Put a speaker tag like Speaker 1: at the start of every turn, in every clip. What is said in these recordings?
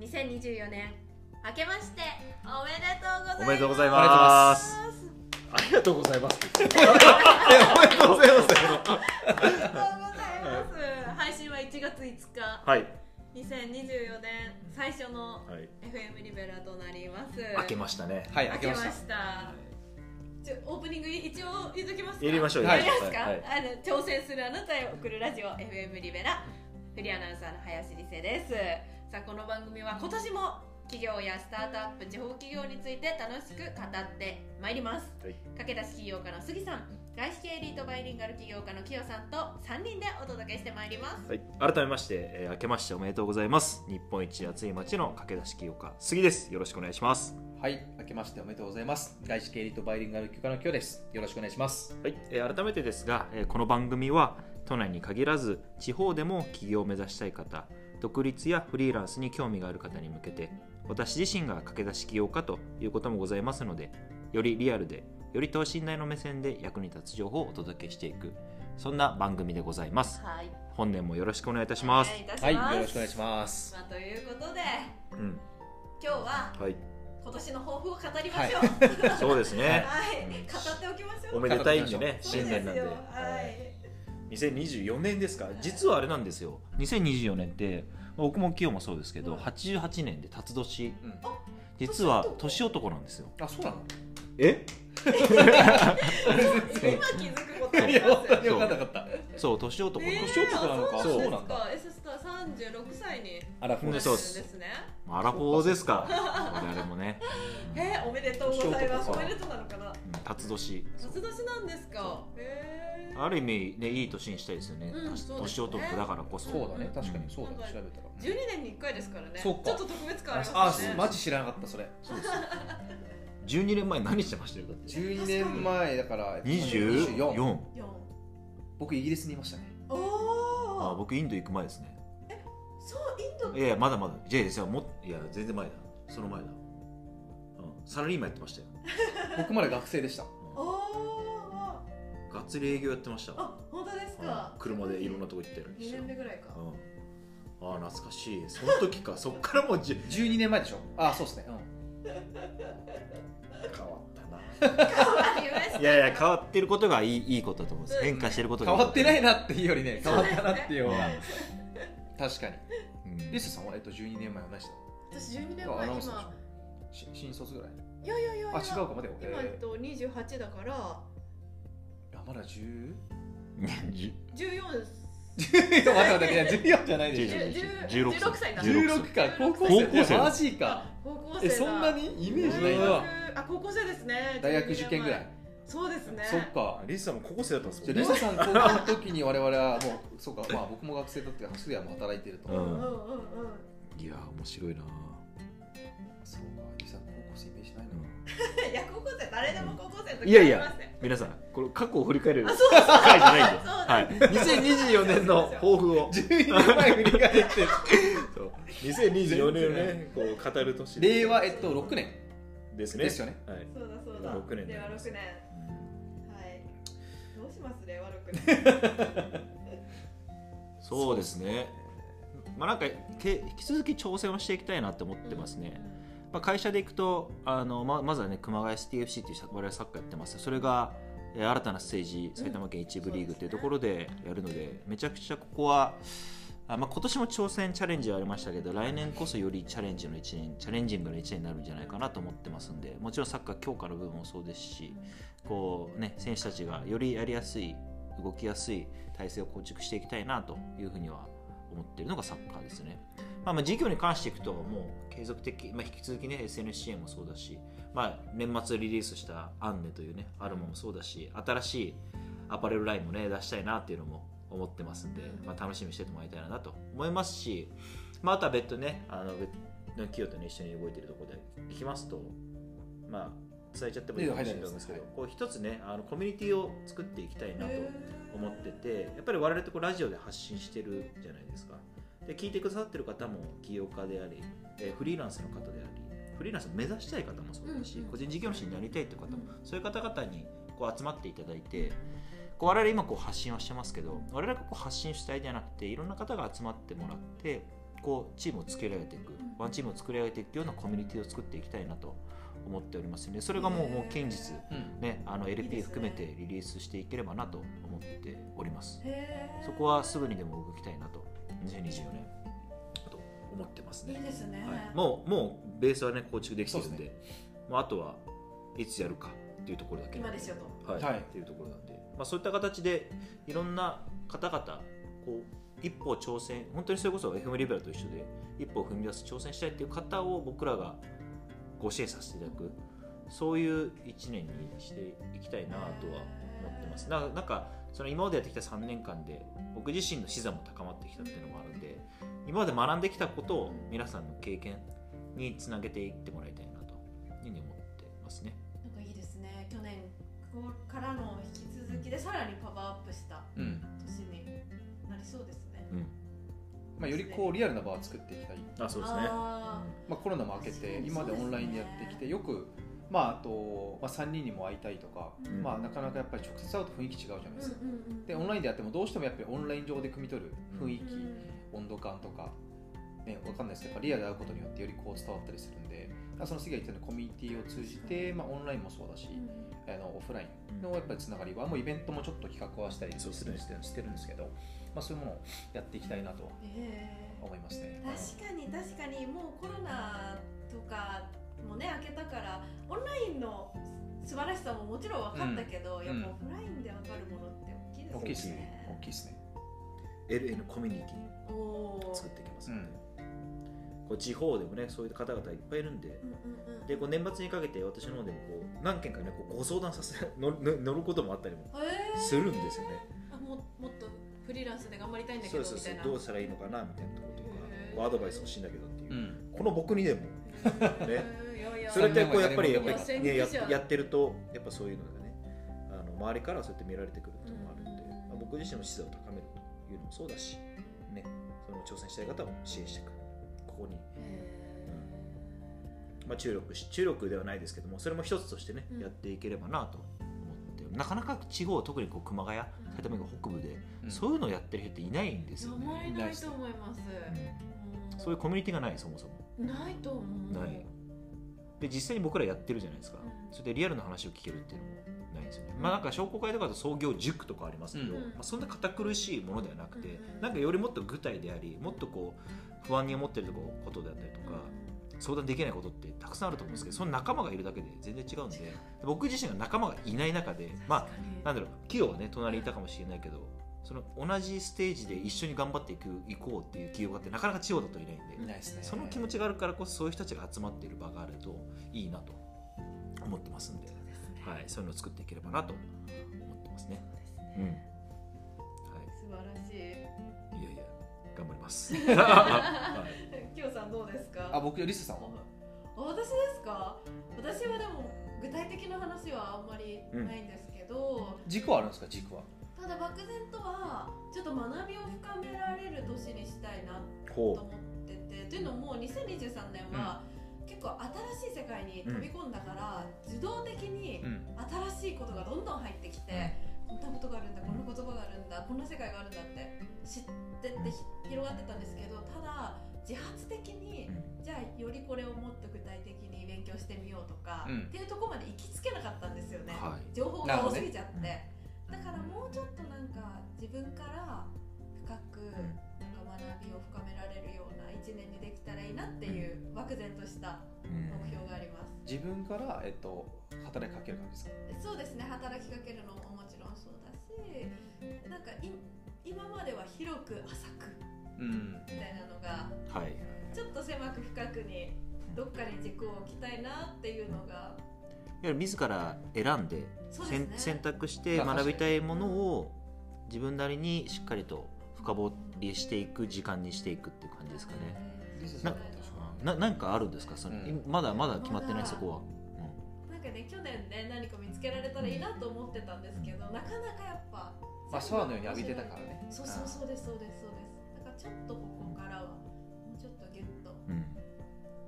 Speaker 1: 2024年明けましておめでとうございます
Speaker 2: おめでとうござい
Speaker 3: ありがとうござい
Speaker 2: ま
Speaker 3: ますす。ありがとうございます。
Speaker 2: おめでとうございます。
Speaker 1: ありがとうございます配信は1月5日
Speaker 2: はい。
Speaker 1: 2024年最初の
Speaker 2: はい。
Speaker 1: FM リベラとなります
Speaker 2: 開けましたね。
Speaker 3: はい、
Speaker 1: 明
Speaker 3: 開
Speaker 1: け
Speaker 3: け
Speaker 1: ま
Speaker 3: ま
Speaker 1: し
Speaker 3: したた。
Speaker 1: ちょオープニング一応言っときますか
Speaker 2: 入れましょう。
Speaker 3: はい
Speaker 1: やりますか、
Speaker 2: はい
Speaker 1: あの挑戦するあなたへ送るラジオ FM リベラフリーアナウンサーの林理瀬ですさあこの番組は今年も企業やスタートアップ地方企業について楽しく語ってまいります、
Speaker 2: はい
Speaker 1: 駆け出し企業家の杉さん外資系エリートバイリンガル企業家のキヨさんと3人でお届けしてまいります
Speaker 2: はい、改めまして、えー、明けましておめでとうございます。日本一暑い街の駆け出し企業家、杉です。よろしくお願いします。
Speaker 3: はい、明けましておめでとうございます。外資系エリートバイリンガル教科の今日です。よろしくお願いします。
Speaker 2: はい、えー改めてですが、えーこの番組は都内に限らず地方でも起業を目指したい方、独立やフリーランスに興味がある方に向けて、私自身が駆け出し企業家ということもございますので、よりリアルで、より等身大の目線で役に立つ情報をお届けしていく、そんな番組でございます。
Speaker 1: はい
Speaker 2: 本年もよろしくお願いいたします
Speaker 1: お。願いいたします、
Speaker 3: はい、よろしくお願いします。
Speaker 1: まあ、ということで
Speaker 2: うん、
Speaker 1: 今日は
Speaker 2: はい、
Speaker 1: 今年の抱負を語りましょう、
Speaker 2: そうですね。
Speaker 1: はい、語っておきましょ
Speaker 2: お
Speaker 1: う。
Speaker 2: めでたいんでね、
Speaker 1: そう
Speaker 2: 新
Speaker 1: で
Speaker 2: 年
Speaker 1: す
Speaker 2: なんで。
Speaker 1: よは
Speaker 2: はい
Speaker 1: い。
Speaker 2: 2024年ですか実はあれなんですよ2024年って僕も清もそうですけど、
Speaker 1: うん
Speaker 2: 88年で辰年
Speaker 3: うん
Speaker 2: 実は年男なんですよ
Speaker 3: あ、そうなの
Speaker 2: え
Speaker 1: 今気づくことあります。
Speaker 2: に分かんな
Speaker 3: かった。
Speaker 2: そう年男なん
Speaker 1: ねえ
Speaker 2: です
Speaker 3: 年男なのか
Speaker 1: そう
Speaker 2: そう
Speaker 1: な
Speaker 2: なんん
Speaker 1: で
Speaker 3: だ
Speaker 1: すか。エススター三十六歳に
Speaker 3: あら、
Speaker 2: う
Speaker 3: ふ
Speaker 2: ん
Speaker 1: な
Speaker 3: で
Speaker 1: るん
Speaker 3: す。
Speaker 2: そう
Speaker 1: で
Speaker 2: っす
Speaker 1: すね。
Speaker 2: アラフォーですか我々もね
Speaker 1: えー、おめでとうございます。
Speaker 3: そう
Speaker 1: お
Speaker 3: か
Speaker 1: めでとうなのかな。
Speaker 2: うん辰年
Speaker 1: 初年なんですか。えー。
Speaker 2: ある意味ねいい年にしたいですよね,、
Speaker 1: うんそうです
Speaker 2: 年
Speaker 1: ね
Speaker 2: 男だからこそ
Speaker 3: そうだね、確
Speaker 2: う
Speaker 3: か
Speaker 2: ん
Speaker 3: にそうだね、調べたら。
Speaker 1: 十二年に一回ですからね。ち
Speaker 3: そ
Speaker 1: ょ
Speaker 3: う
Speaker 1: っ
Speaker 3: か
Speaker 1: と特別感あり
Speaker 3: あ、
Speaker 1: ます
Speaker 3: す
Speaker 1: よね。
Speaker 3: マジ知らなかった、それ。
Speaker 2: そうですよ12年前何してましたよだって
Speaker 3: 12年前だから、24。
Speaker 2: 24
Speaker 1: 四。
Speaker 3: 僕、イギリスにいましたね。
Speaker 1: お
Speaker 2: あ
Speaker 1: お。
Speaker 2: 僕インド行く前ですね
Speaker 1: そうインド。
Speaker 2: いやいやまだまだじゃあいやもっいや全然前だその前だ、うん、サラリーマンやってましたよ
Speaker 3: 僕まで学生でした。
Speaker 1: おお。
Speaker 2: がっつり営業やってました
Speaker 1: あ、本当ですか
Speaker 2: うん。車でいろんなとこ行ったり
Speaker 1: 二
Speaker 2: して
Speaker 1: 年
Speaker 2: うん
Speaker 1: 目ぐらいか。
Speaker 2: あー懐かしいその時 かそっからもうじ
Speaker 3: 12年前でしょあ、そうですね。うん
Speaker 2: 変わったな
Speaker 1: ありました
Speaker 2: いやいや変わってることがいいいいことだと思うんです
Speaker 1: うん
Speaker 2: 変化してることが
Speaker 3: 変わってない
Speaker 2: な、
Speaker 3: なっていうよりね、変わったなっていうような。
Speaker 2: う
Speaker 3: 確かに。
Speaker 2: んうん
Speaker 3: リスさんは、えっと、12年前は何した
Speaker 1: 私十二年
Speaker 3: あア
Speaker 1: 前
Speaker 3: ナウンサー
Speaker 1: 今。
Speaker 3: でしょし新卒ぐらい
Speaker 1: いやいやいやいや。
Speaker 3: あ、違うか、待てよ。
Speaker 1: 今え
Speaker 3: え
Speaker 1: っと二十八だから
Speaker 3: ーあ、まだ 10?
Speaker 1: 十四
Speaker 3: 待って待って、いや、14じゃないでしょ。
Speaker 2: 16
Speaker 1: 16歳だ
Speaker 2: 16
Speaker 3: 16
Speaker 1: 歳
Speaker 3: か、高
Speaker 2: 高
Speaker 3: 校生
Speaker 2: 校生
Speaker 3: マジか。
Speaker 1: 高校生
Speaker 3: え、
Speaker 1: だ
Speaker 3: そんなにイメージない
Speaker 1: 大
Speaker 3: な。
Speaker 1: 学あ高校生ですね
Speaker 3: 大学受験ぐらい。
Speaker 1: そうですね
Speaker 3: そっか。
Speaker 2: リスさんも高校生だったんです
Speaker 3: じゃあ、リサさん、高校の時に我々はもう、そうか、まあ僕も学生だって、ハスリアも働いてると。
Speaker 1: う
Speaker 2: う
Speaker 1: んうん
Speaker 2: ん
Speaker 1: うん
Speaker 2: いやー面白いな、
Speaker 3: そうか、リサ、高校生イメージない
Speaker 2: うん
Speaker 3: の
Speaker 1: うんいや高校生誰でも高校生の時
Speaker 2: いやいや
Speaker 1: ありますね
Speaker 2: 皆さんこれ過去を振り返る
Speaker 1: あ
Speaker 2: 回
Speaker 1: そうです
Speaker 2: じゃないんで
Speaker 1: そう
Speaker 2: は
Speaker 1: だ
Speaker 2: い、2024年 の抱負を
Speaker 3: 12年前 振り返って、
Speaker 2: そう2024年をねこう語る年
Speaker 3: 令和、えっと、6年
Speaker 2: ですね
Speaker 3: ですよね。
Speaker 2: はい、
Speaker 1: そうだそうだ
Speaker 2: 六年
Speaker 1: 令和六年
Speaker 2: うん
Speaker 1: はいどうします令和六年
Speaker 2: そうですねまあなんかけ引き続き挑戦をしていきたいなって思ってますね、まあ、会社で行くとあのままずはね熊谷 STFC っていう我々サッカーやってますそれがえー新たなステージ埼玉県一部リーグっていうところでやるのでめちゃくちゃここはあ、まあ、今年も挑戦チャレンジはありましたけど来年こそよりチャレンジの1年チャレンジングの1年になるんじゃないかなと思ってますんでもちろんサッカー強化の部分もそうですしこう、ね、選手たちがよりやりやすい動きやすい体制を構築していきたいなというふうには思っているのがサッカーですね。まあ、まあ事業に関していくともう継続的、まあ、引き続きね SNS 支援もそうだし、まあ、年末リリースした「アンネ」というねアルバムもそうだし新しいアパレルラインもね出したいなっていうのも思ってますんで、まあ、楽しみにしててもらいたいなと思いますし、まあ、あとは別途ねあの別の企業とね一緒に動いてるところでいきますとまあ伝えちゃってもいいかもしれないですけど、
Speaker 3: いいよ
Speaker 2: こう一つねあのコミュニティを作っていきたいなと思って
Speaker 1: て
Speaker 2: てやっぱり我々ってこうラジオで発信してるじゃないですかで聞いてくださってる方も起業家であり、えーフリーランスの方でありフリーランスを目指したい方もそうだし、
Speaker 1: うんうん
Speaker 2: 個人事業主になりたいという方も、そういう方々にこう集まっていただいてこう我々今こう発信をしてますけど我々がこう発信主体じゃなくていろんな方が集まってもらってこうチームを作り上げていく
Speaker 1: ん
Speaker 2: ワンチームを作り上げていくようなコミュニティを作っていきたいなと思っておりますのでそれがもうもう近日、
Speaker 3: うん
Speaker 2: ね、あの
Speaker 1: いいで
Speaker 2: LP
Speaker 1: すね
Speaker 2: 含めてリリースしていければなと思っております
Speaker 1: へー
Speaker 2: そこはすぐにでも動きたいなと2024年と思ってます
Speaker 1: いい
Speaker 2: ね
Speaker 1: ですね、
Speaker 2: はい、もうもうベースはね構築できてるん
Speaker 3: そう
Speaker 2: で
Speaker 3: で
Speaker 2: まあ、あとはいつやるかっていうところだけ
Speaker 1: 今ですよと
Speaker 2: はい
Speaker 3: はい
Speaker 2: っていうところなんで、まあ、そういった形でいろんな方々こう一歩挑戦本当にそれこそ FM リベラと一緒で一歩踏み出す挑戦したいっていう方を僕らがご支援させていただくそういう1年にしていきたいなとは思ってますななんかその今までやってきた3年間で僕自身の視座も高まってきたっていうのもあるんで今まで学んできたことを皆さんの経験につなげていってもらいたいなというふうに思ってますね。
Speaker 1: なんかいいですね去年ここからの引き続きでさらにパワーアップした
Speaker 3: うん
Speaker 1: 年になりそうですね
Speaker 2: うん
Speaker 3: まあ、よりこうリアルな場を作っていきたい、
Speaker 2: あそうですね
Speaker 1: あ
Speaker 3: まあ、コロナも明けて今までオンラインでやってきてよく、まあ、あと、まあ、3人にも会いたいとか、
Speaker 1: うん
Speaker 3: まあ、なかなかやっぱり直接会うと雰囲気違うじゃないですか、
Speaker 1: うんうんうん
Speaker 3: でオンラインでやってもどうしてもやっぱりオンライン上で汲み取る雰囲気、
Speaker 1: うん
Speaker 3: 温度感とか、ね、わかんないですけどやっぱリアルで会うことによってよりこう伝わったりするんでその次が言ったようにコミュニティを通じて、まあ、オンラインもそうだし、あのオフラインのやっぱりつながりはもうイベントもちょっと企画はしたり
Speaker 2: そうです
Speaker 3: す
Speaker 2: ね
Speaker 3: るしてしてるんですけど、まあ、そういうものをやっていきたいなと
Speaker 1: へー
Speaker 3: 思いますね。
Speaker 1: 確かに確かにもうコロナとかもね明けたからオンラインの素晴らしさももちろん分かったけど、
Speaker 3: ん
Speaker 1: やっぱオフラインで分かるものって大きいですよね
Speaker 3: 大きいですね。大きいですね。
Speaker 2: LN コミュニテ
Speaker 1: お
Speaker 2: ィ
Speaker 1: お
Speaker 2: を作っていきますので、こう地方でもねそういう方々いっぱいいるんで
Speaker 1: うんうんうん
Speaker 2: でこう年末にかけて私の方でもこう何件かねこうご相談させ 乗る乗ることもあったりも
Speaker 1: へー
Speaker 2: するんですよね
Speaker 1: あももっとフリーランスで頑張りたいんだけ
Speaker 2: そ
Speaker 1: ど
Speaker 2: う
Speaker 1: み
Speaker 2: そうそ
Speaker 1: た
Speaker 2: う
Speaker 1: いな
Speaker 2: どうしたらいいのかなみたいなとこと
Speaker 1: へ
Speaker 2: と
Speaker 1: ー
Speaker 2: かアドバイス欲しいんだけどっていうう、
Speaker 3: ん。
Speaker 2: この僕にでも
Speaker 1: へーいやいや
Speaker 2: それってこうやっぱりや
Speaker 3: い
Speaker 2: っ
Speaker 3: や
Speaker 2: ぱり
Speaker 1: 先
Speaker 2: ねや
Speaker 1: 駆者
Speaker 2: やってるとやっぱそういうのがねあの周りからはそうやって見られてくるっていうのもあるんで、
Speaker 1: うん
Speaker 2: まあ、僕自身の資産を高めるというのもそうだし、ね、その挑戦したい方を支援していくここに、
Speaker 1: へ
Speaker 2: まあ、注力し注力ではないですけどもそれも一つとしてね、
Speaker 1: うん
Speaker 2: やっていければなと思ってなかなか地方特にこう熊谷埼玉県北部で、
Speaker 3: うん
Speaker 2: そういうのをやってる人っていないんです
Speaker 1: ー
Speaker 2: よ
Speaker 1: あんまり
Speaker 2: ね、
Speaker 1: ないと思います、
Speaker 2: う
Speaker 1: ん
Speaker 2: んそういうコミュニティがないそもそも。
Speaker 1: ないと思う
Speaker 2: ないで実際に僕らやってるじゃないですか、
Speaker 1: うん
Speaker 2: それでリアルな話を聞けるっていうのもないんですよね、まあなんか商工会とかだと創業塾とかありますけど、
Speaker 3: うん
Speaker 2: まあ、そんな堅苦しいものではなくて、
Speaker 1: うん
Speaker 2: なんかよりもっと具体でありもっとこう不安に思ってるとこことであったりとか、相談できないことってたくさんあると思うんですけどその仲間がいるだけで全然違うんで
Speaker 1: 違う
Speaker 2: 僕自身が仲間がいない中でまあなんだろう企業はね隣にいたかもしれないけどその同じステージで一緒に頑張っていく行こうっていう企業があってなかなか地方だといないんで、
Speaker 3: いないですね。
Speaker 2: その気持ちがあるからこそそういう人たちが集まっている場があるといいなと思ってますんで、はい、そういうのを作っていければなと思ってますね。
Speaker 1: そううんん
Speaker 2: は
Speaker 1: 素晴らしい。
Speaker 2: い、いやいや頑張 ります。はい
Speaker 1: きょうさんどうですか。
Speaker 3: あ、僕よりささんは。
Speaker 1: あ私ですか。私はでも具体的な話はあんまりないんですけど、
Speaker 3: 軸はあるんですか？軸は。
Speaker 1: ただ漠然とはちょっと学びを深められる年にしたいなと
Speaker 2: ほ
Speaker 1: 思ってて、というのも2023年は、結構新しい世界に飛び込んだから、自動的に
Speaker 3: ん。
Speaker 1: 新しいことがどんどん入ってきて、こんなことがあるんだこんな言葉があるんだこんな世界があるんだって知ってってひ広がってたんですけどただ自発的に
Speaker 2: う、うん
Speaker 1: じゃあよりこれをもっと具体的に勉強してみようとか、
Speaker 3: うん
Speaker 1: っていうところまで行きつけなかったんですよね、
Speaker 2: はい
Speaker 1: 情報
Speaker 3: なる
Speaker 1: が
Speaker 3: ほ
Speaker 1: 多
Speaker 3: どね
Speaker 1: すぎちゃって、だからもうちょっとなんか自分から深く
Speaker 2: うん
Speaker 1: なんか学びを深められるような1年にできたらいいなっていう漠然とした目標があります。
Speaker 3: 自分からえっと働きかける感じですか？
Speaker 1: そうですね働きかけるのももちろんそうだしなんかい今までは広く浅く
Speaker 3: うん。
Speaker 1: みたいなのが
Speaker 2: はい
Speaker 1: ちょっと狭く深くにどっかに軸を置きたいなっていうのが
Speaker 2: いや自ら選んで
Speaker 1: そうです
Speaker 2: 選
Speaker 1: ね
Speaker 2: 選択して学びたいものを自分なりにしっかりと深掘りしていく時間にしていくっていう感じですかね。
Speaker 3: リス
Speaker 2: さん
Speaker 3: どうでしょ
Speaker 2: ななんかあるんですかその、
Speaker 3: うん
Speaker 2: まだまだ決まってないそこは。
Speaker 1: なんかね去年ね何か見つけられたらいいなと思ってたんですけどなかなかやっぱ
Speaker 3: まあシャワーのように浴びてたからね。
Speaker 1: そうそうそうですそうですそうですだからちょっとここからはもうちょっとギュッと
Speaker 2: うんうん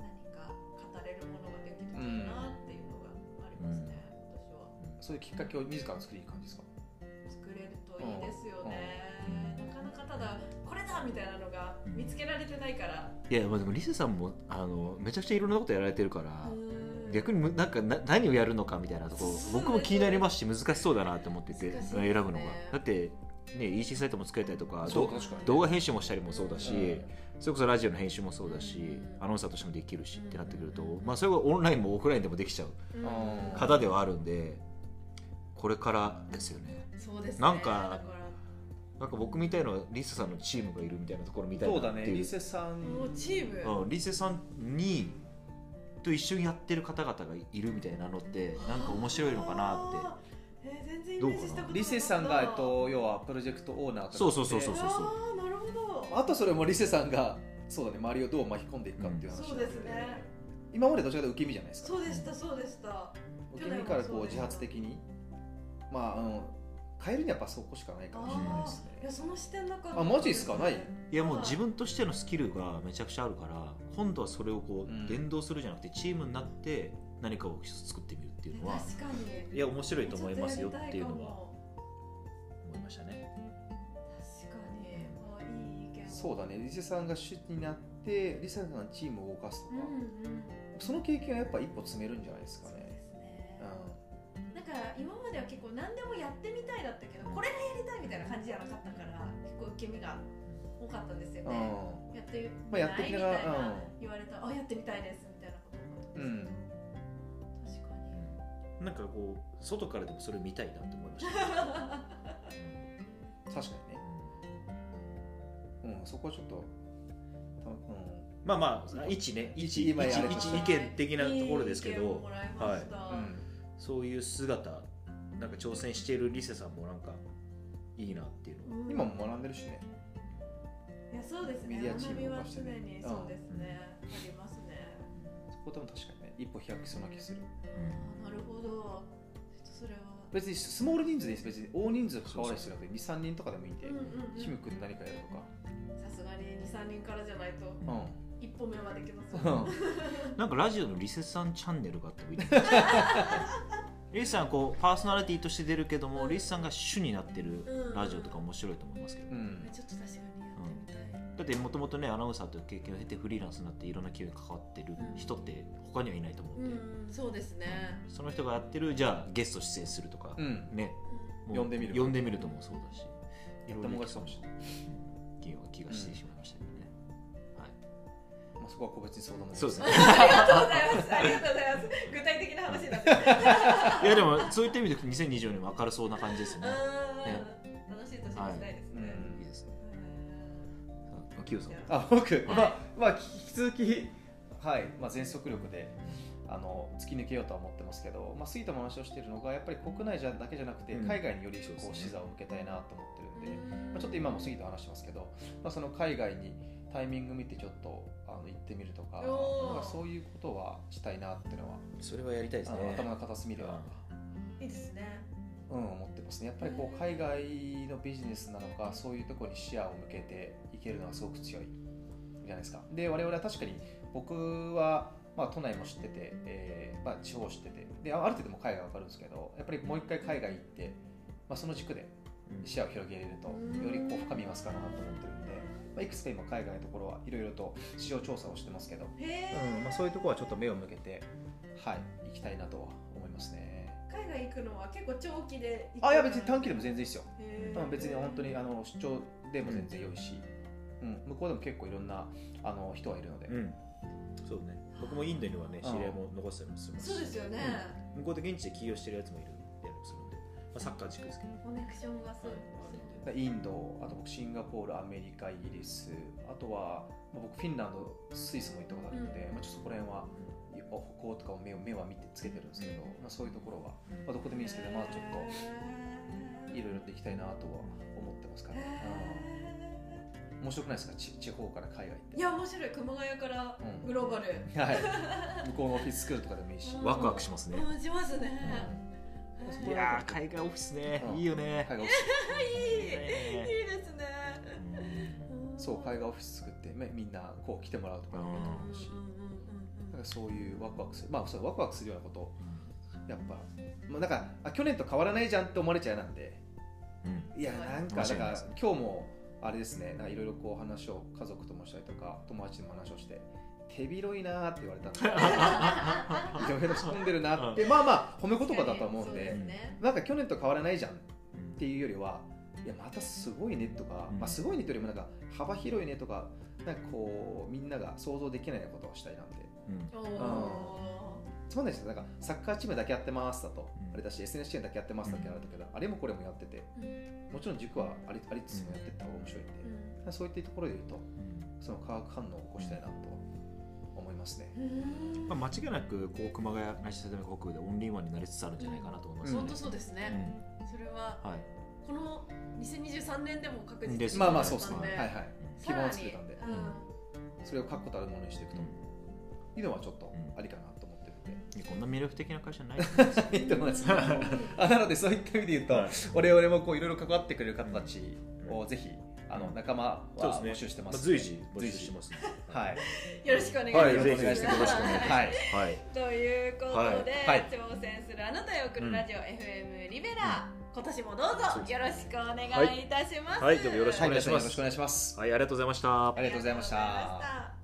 Speaker 1: 何か語れるものができるといいなっていうのがありますね、今年は。
Speaker 3: そういうきっかけを自ら作りに行く感じですか？
Speaker 1: 作れるといいですよね、なかなかただこれださみたいなのが見つけられてないから、
Speaker 2: いやまあでもリセさんもあのめちゃくちゃいろんなことやられてるから、
Speaker 1: うん
Speaker 2: 逆にむなんかな何をやるのかみたいなとこ
Speaker 1: そう
Speaker 2: 僕も気になりますし難しそうだなって思って
Speaker 1: 難し
Speaker 2: て、
Speaker 1: いですね
Speaker 2: 選ぶのがだってね EC サイトも作れたりとか
Speaker 3: そう
Speaker 2: ど
Speaker 3: 確かに
Speaker 2: 動画編集もしたりもそうだし、
Speaker 3: うん
Speaker 2: それこそラジオの編集もそうだし、
Speaker 1: うん
Speaker 2: アナウンサーとしてもできるしってなってくると、まあ、それはオンラインもオフラインでもできちゃう
Speaker 1: うん
Speaker 3: あー
Speaker 2: 方ではあるんでこれからですよね
Speaker 1: そうですね
Speaker 2: なんか
Speaker 1: だら
Speaker 2: なんか僕みたいのリセさんのチームがいるみたいなところみたいな
Speaker 3: そう
Speaker 2: ってい
Speaker 3: だねリセさん
Speaker 1: もうチーム、
Speaker 2: うん、リセさんにと一緒にやってる方々がいるみたいなのってなんか面白いのかなっ
Speaker 1: って。えー、全然イメージしたことなかった
Speaker 3: リセさんが、えっと、要はプロジェクトオーナーとか
Speaker 2: そうそうそう
Speaker 1: あ
Speaker 2: そうそう
Speaker 1: ーなるほど。
Speaker 3: あとそれもリセさんがそうだね周りをどう巻き込んでいくかっていう話、
Speaker 1: そうですね。
Speaker 3: 今までどちらかというと受け身じゃないですか
Speaker 1: そうでしたそうでした。
Speaker 3: 受け身からこう自発的にまああの変えるにはやっぱそこしかないかもしれない
Speaker 1: あ
Speaker 3: で
Speaker 1: あ
Speaker 3: す
Speaker 1: ーいや
Speaker 3: ね
Speaker 1: その視点なかった。
Speaker 3: あマジっすかない
Speaker 2: いやもう自分としてのスキルがめちゃくちゃあるから今度はそれをこ
Speaker 3: うん
Speaker 2: う連動するじゃなくてチームになって何かを一つ作ってみるっていうのは
Speaker 1: 確かに。
Speaker 2: いや面白いと思いますよ
Speaker 1: ちょ
Speaker 2: っ
Speaker 1: とや
Speaker 2: てい
Speaker 1: り
Speaker 2: う
Speaker 1: たか
Speaker 2: のは
Speaker 1: も
Speaker 2: 思いましたね。
Speaker 1: 確かに。あーいい意見。
Speaker 3: そうだねリセさんが主になってリセさんがチームを動かすと
Speaker 1: う
Speaker 3: か
Speaker 1: ん、うん。
Speaker 3: その経験はやっぱ一歩詰めるんじゃないですか
Speaker 1: そう
Speaker 3: ね
Speaker 1: ですね
Speaker 3: う。
Speaker 1: なんか今までは結構何でもやってみたいだったけどこれがやりたいみたいな感じじゃなかったから結構受け身が多かったんですよ
Speaker 3: ん、
Speaker 1: ね。やってみ
Speaker 3: まあやってみながら
Speaker 1: みたいな
Speaker 3: うん
Speaker 1: 言われた、あやってみたいですみたいなこと思って
Speaker 3: うん
Speaker 1: ますけど、
Speaker 2: なんかこう外からでもそれ見たいなと思いました、
Speaker 1: 確か
Speaker 3: うん、確かにね、うん、そこはちょっと、たう
Speaker 2: まあまあ一ね一一
Speaker 3: 今やれた
Speaker 2: 一
Speaker 1: に
Speaker 2: 意見的なところですけ
Speaker 1: いい意見を
Speaker 2: ど
Speaker 1: もらいました
Speaker 3: んうん、
Speaker 2: そういう姿なんか挑戦しているリセさんもなんかいいなっていうのは
Speaker 1: うん
Speaker 3: 今も学んでるしね
Speaker 1: いやそうですね
Speaker 3: メディアチー
Speaker 1: 学び
Speaker 3: ムを動
Speaker 1: は
Speaker 3: かし
Speaker 1: 常
Speaker 3: てね
Speaker 1: にそうですね、ありますね、
Speaker 3: そこ多分確かにね一歩飛躍しそうな気する
Speaker 1: あなるほどちょっとそれは
Speaker 3: 別にスモール人数です別に大人数関わらずじゃなくて23人とかでもいいんで、
Speaker 1: うんうんうん
Speaker 3: シム君何かやるとか
Speaker 1: さすがに二三人からじゃないと
Speaker 3: うん
Speaker 1: 一歩目はできません、
Speaker 3: うん
Speaker 2: なんかラジオのリセさんチャンネルがあってもい いですねリセさんはこうパーソナリティとして出るけどもリセさんが主になってるラジオとか面白いと思いますけど、
Speaker 3: うん
Speaker 1: ちょっと確かにやってみたい、
Speaker 2: だってもともとねアナウンサーという経験を経てフリーランスになっていろんな企業に関わってる人って他にはいないと思う
Speaker 1: うん
Speaker 2: で、
Speaker 1: んそうですね、
Speaker 2: その人がやってるじゃあゲスト出演するとか、
Speaker 3: うん
Speaker 2: ね
Speaker 1: うん
Speaker 2: もう
Speaker 3: 呼んでみる
Speaker 2: 呼んでみるともそうだし
Speaker 3: やったもん勝ちかもしれない、
Speaker 2: 気が気がしてしまいましたけどね、はい
Speaker 3: まあ、そこは個別に相談も
Speaker 2: そうですね
Speaker 1: ありがとうございますありがとうございます具体的な話になってる
Speaker 2: いやでもそういった意味で2020年も明るそうな感じ ですね
Speaker 1: うん楽しい年にしたいです
Speaker 3: う
Speaker 1: ね、
Speaker 2: いい
Speaker 3: ん
Speaker 2: ですね
Speaker 1: うん
Speaker 2: さあキヨさん
Speaker 3: あ僕、まあまあ引き続きはい、まあ、全速力であの突き抜けようとは思ってますけど、まあ、杉田も話をしているのがやっぱり国内じゃだけじゃなくて
Speaker 2: うん
Speaker 3: 海外により
Speaker 2: そうです
Speaker 3: こ
Speaker 2: ね
Speaker 3: う視座を向けたいなと思ってるんで、まあ、ちょっと今も杉田話してますけど、まあ、その海外にタイミング見てちょっとあの行ってみるとか
Speaker 1: おー
Speaker 3: なんかそういうことはしたいなっていうのは
Speaker 2: それはやりたいです
Speaker 3: あ
Speaker 2: ね
Speaker 3: の頭の片隅では、
Speaker 1: いいですね
Speaker 3: うん、思ってますねやっぱりこう海外のビジネスなのかそういうところに視野を向けていけるのはすごく強いじゃないですかで我々は確かに僕は、まあ、都内も知ってて、えーまあ、地方知っててであある程度も海外わかるんですけどやっぱりもう一回海外行って、まあ、その軸で視野を広げれるとよりこう深みますかなと思ってるんで、まあ、いくつか今海外のところはいろいろと市場調査をしてますけど、
Speaker 1: へえ、
Speaker 3: うんまあ、そういうところはちょっと目を向けてはい行きたいなとは思いますね
Speaker 1: 海外行くのは結構長期で行く
Speaker 3: あいや別に短期でも全然いいですよ
Speaker 1: へー
Speaker 3: うん別に本当にあの出張でも全然良いし、うん向こうでも結構いろんなあの人はいるので、
Speaker 2: うんそうね僕もインドにはね知り合いも残したりもするし
Speaker 1: そうですよね、
Speaker 2: 向こうで現地で起業してるやつもいるやつもいるんで、まあ、サッカー軸ですけど
Speaker 1: コネクションがすごい
Speaker 3: インドあと僕シンガポールアメリカイギリスあとはまあ僕フィンランドスイスも行ったことあるので、
Speaker 1: うん
Speaker 3: まあ、ちょっとそこら辺はやっぱ北欧とかを目を目は見てつけてるんですけど、まあ、そういうところは、まあ、どこでもいいですけどまあちょっといろいろと行きたいなとは思ってますから、
Speaker 1: へ
Speaker 3: うん面白くないですかち地方から海外って
Speaker 1: ーいや面白い熊谷から
Speaker 3: うん
Speaker 1: グローバル、
Speaker 3: はい、向こうのオフィススクールとかでもいいし、
Speaker 1: うん
Speaker 3: うん
Speaker 2: ワクワクしますね、
Speaker 1: うん、しますね、
Speaker 3: うん
Speaker 2: いやー海外オフィスね、
Speaker 3: うん
Speaker 2: いいよね、
Speaker 3: 海外オフィ
Speaker 1: いいいい
Speaker 2: ね
Speaker 1: ですね、ん
Speaker 3: そう海外オフィス作って、ね、みんなこう来てもらうとかもいいと思うし、
Speaker 1: うんうんうん
Speaker 3: な
Speaker 1: うんん
Speaker 3: かそういうワクワクするまあそうワクワクするようなことをやっぱ、まあ、なんかあ去年と変わらないじゃんって思われちゃいなんで
Speaker 2: うん
Speaker 3: いや
Speaker 1: はい
Speaker 3: なんか
Speaker 2: 間
Speaker 3: だ
Speaker 2: 違い
Speaker 3: か
Speaker 2: ない
Speaker 3: ら
Speaker 2: です
Speaker 3: 今日もああれですねなんかいろいろこう話を家族ともしたりとか友達とも話をして手広いなーって言われた のでいろいろ仕込んでるなってまあまあ褒め言葉だと思うんでなんか去年と変わらないじゃんっていうよりはいやまたすごいねとか、
Speaker 2: うん
Speaker 3: まあ、すごいねというよりもなんか幅広いねとかなんかこうみんなが想像できないようなことをしたいなんで
Speaker 2: うん
Speaker 1: お
Speaker 3: つまんないですよなんかサッカーチームだけやってますだと、
Speaker 2: うん
Speaker 3: あれだし SNS チームだけやってますだけあれだけど、あれもこれもやっててもちろん塾はありありつつもやってった方が面白いんで、そういったところで言うとその化学反応を起こしたいなと思いますね。
Speaker 2: まあ、間違いなくこう熊谷内視鏡国でオンリーワンになりつつあるんじゃないかなと思いますね
Speaker 1: 本当そうですね、それは
Speaker 2: うんはい
Speaker 1: この2023年でも確実
Speaker 2: です
Speaker 1: に
Speaker 3: まあまあそうですね。
Speaker 1: なったん
Speaker 3: はいはい。
Speaker 1: さらに
Speaker 3: 基盤を作れたんで
Speaker 1: うん
Speaker 3: それを確固たるものにしていくというのはちょっとありかなと思ってるんで。
Speaker 2: いやこんな魅力的な会社ないと思いますよ
Speaker 3: いいと思い ます。あなのでそういった意味で言うと、
Speaker 2: はい
Speaker 3: 我々もこういろいろ関わってくれる方たち
Speaker 2: う
Speaker 3: を
Speaker 2: ん
Speaker 3: ぜひあの仲間は
Speaker 2: そうですね
Speaker 3: 募集してま
Speaker 2: まあ
Speaker 3: す。
Speaker 2: 随時募
Speaker 3: 随
Speaker 2: 集
Speaker 3: 時
Speaker 2: してますね
Speaker 3: はい。
Speaker 1: よろしくお願いし
Speaker 2: は
Speaker 1: ま
Speaker 2: い
Speaker 1: す、
Speaker 2: ぜひぜひよろしくお願いします
Speaker 3: はい。
Speaker 2: はい
Speaker 1: ということで、
Speaker 3: はい
Speaker 1: 挑戦するあなたへ送るラジオ、FM リベラ、今年もどう
Speaker 2: そう
Speaker 1: ぞ
Speaker 2: です
Speaker 1: よ
Speaker 2: ね
Speaker 1: ろしくお願いいたします。
Speaker 2: はいはいどうもよろしく
Speaker 3: は
Speaker 2: お
Speaker 3: い、
Speaker 2: 願
Speaker 3: 皆
Speaker 2: いします
Speaker 3: さんよろしくお願いします。
Speaker 2: はいありがとうございました
Speaker 3: ありがとうございまし
Speaker 1: ありがとうございま
Speaker 3: た
Speaker 1: し。た。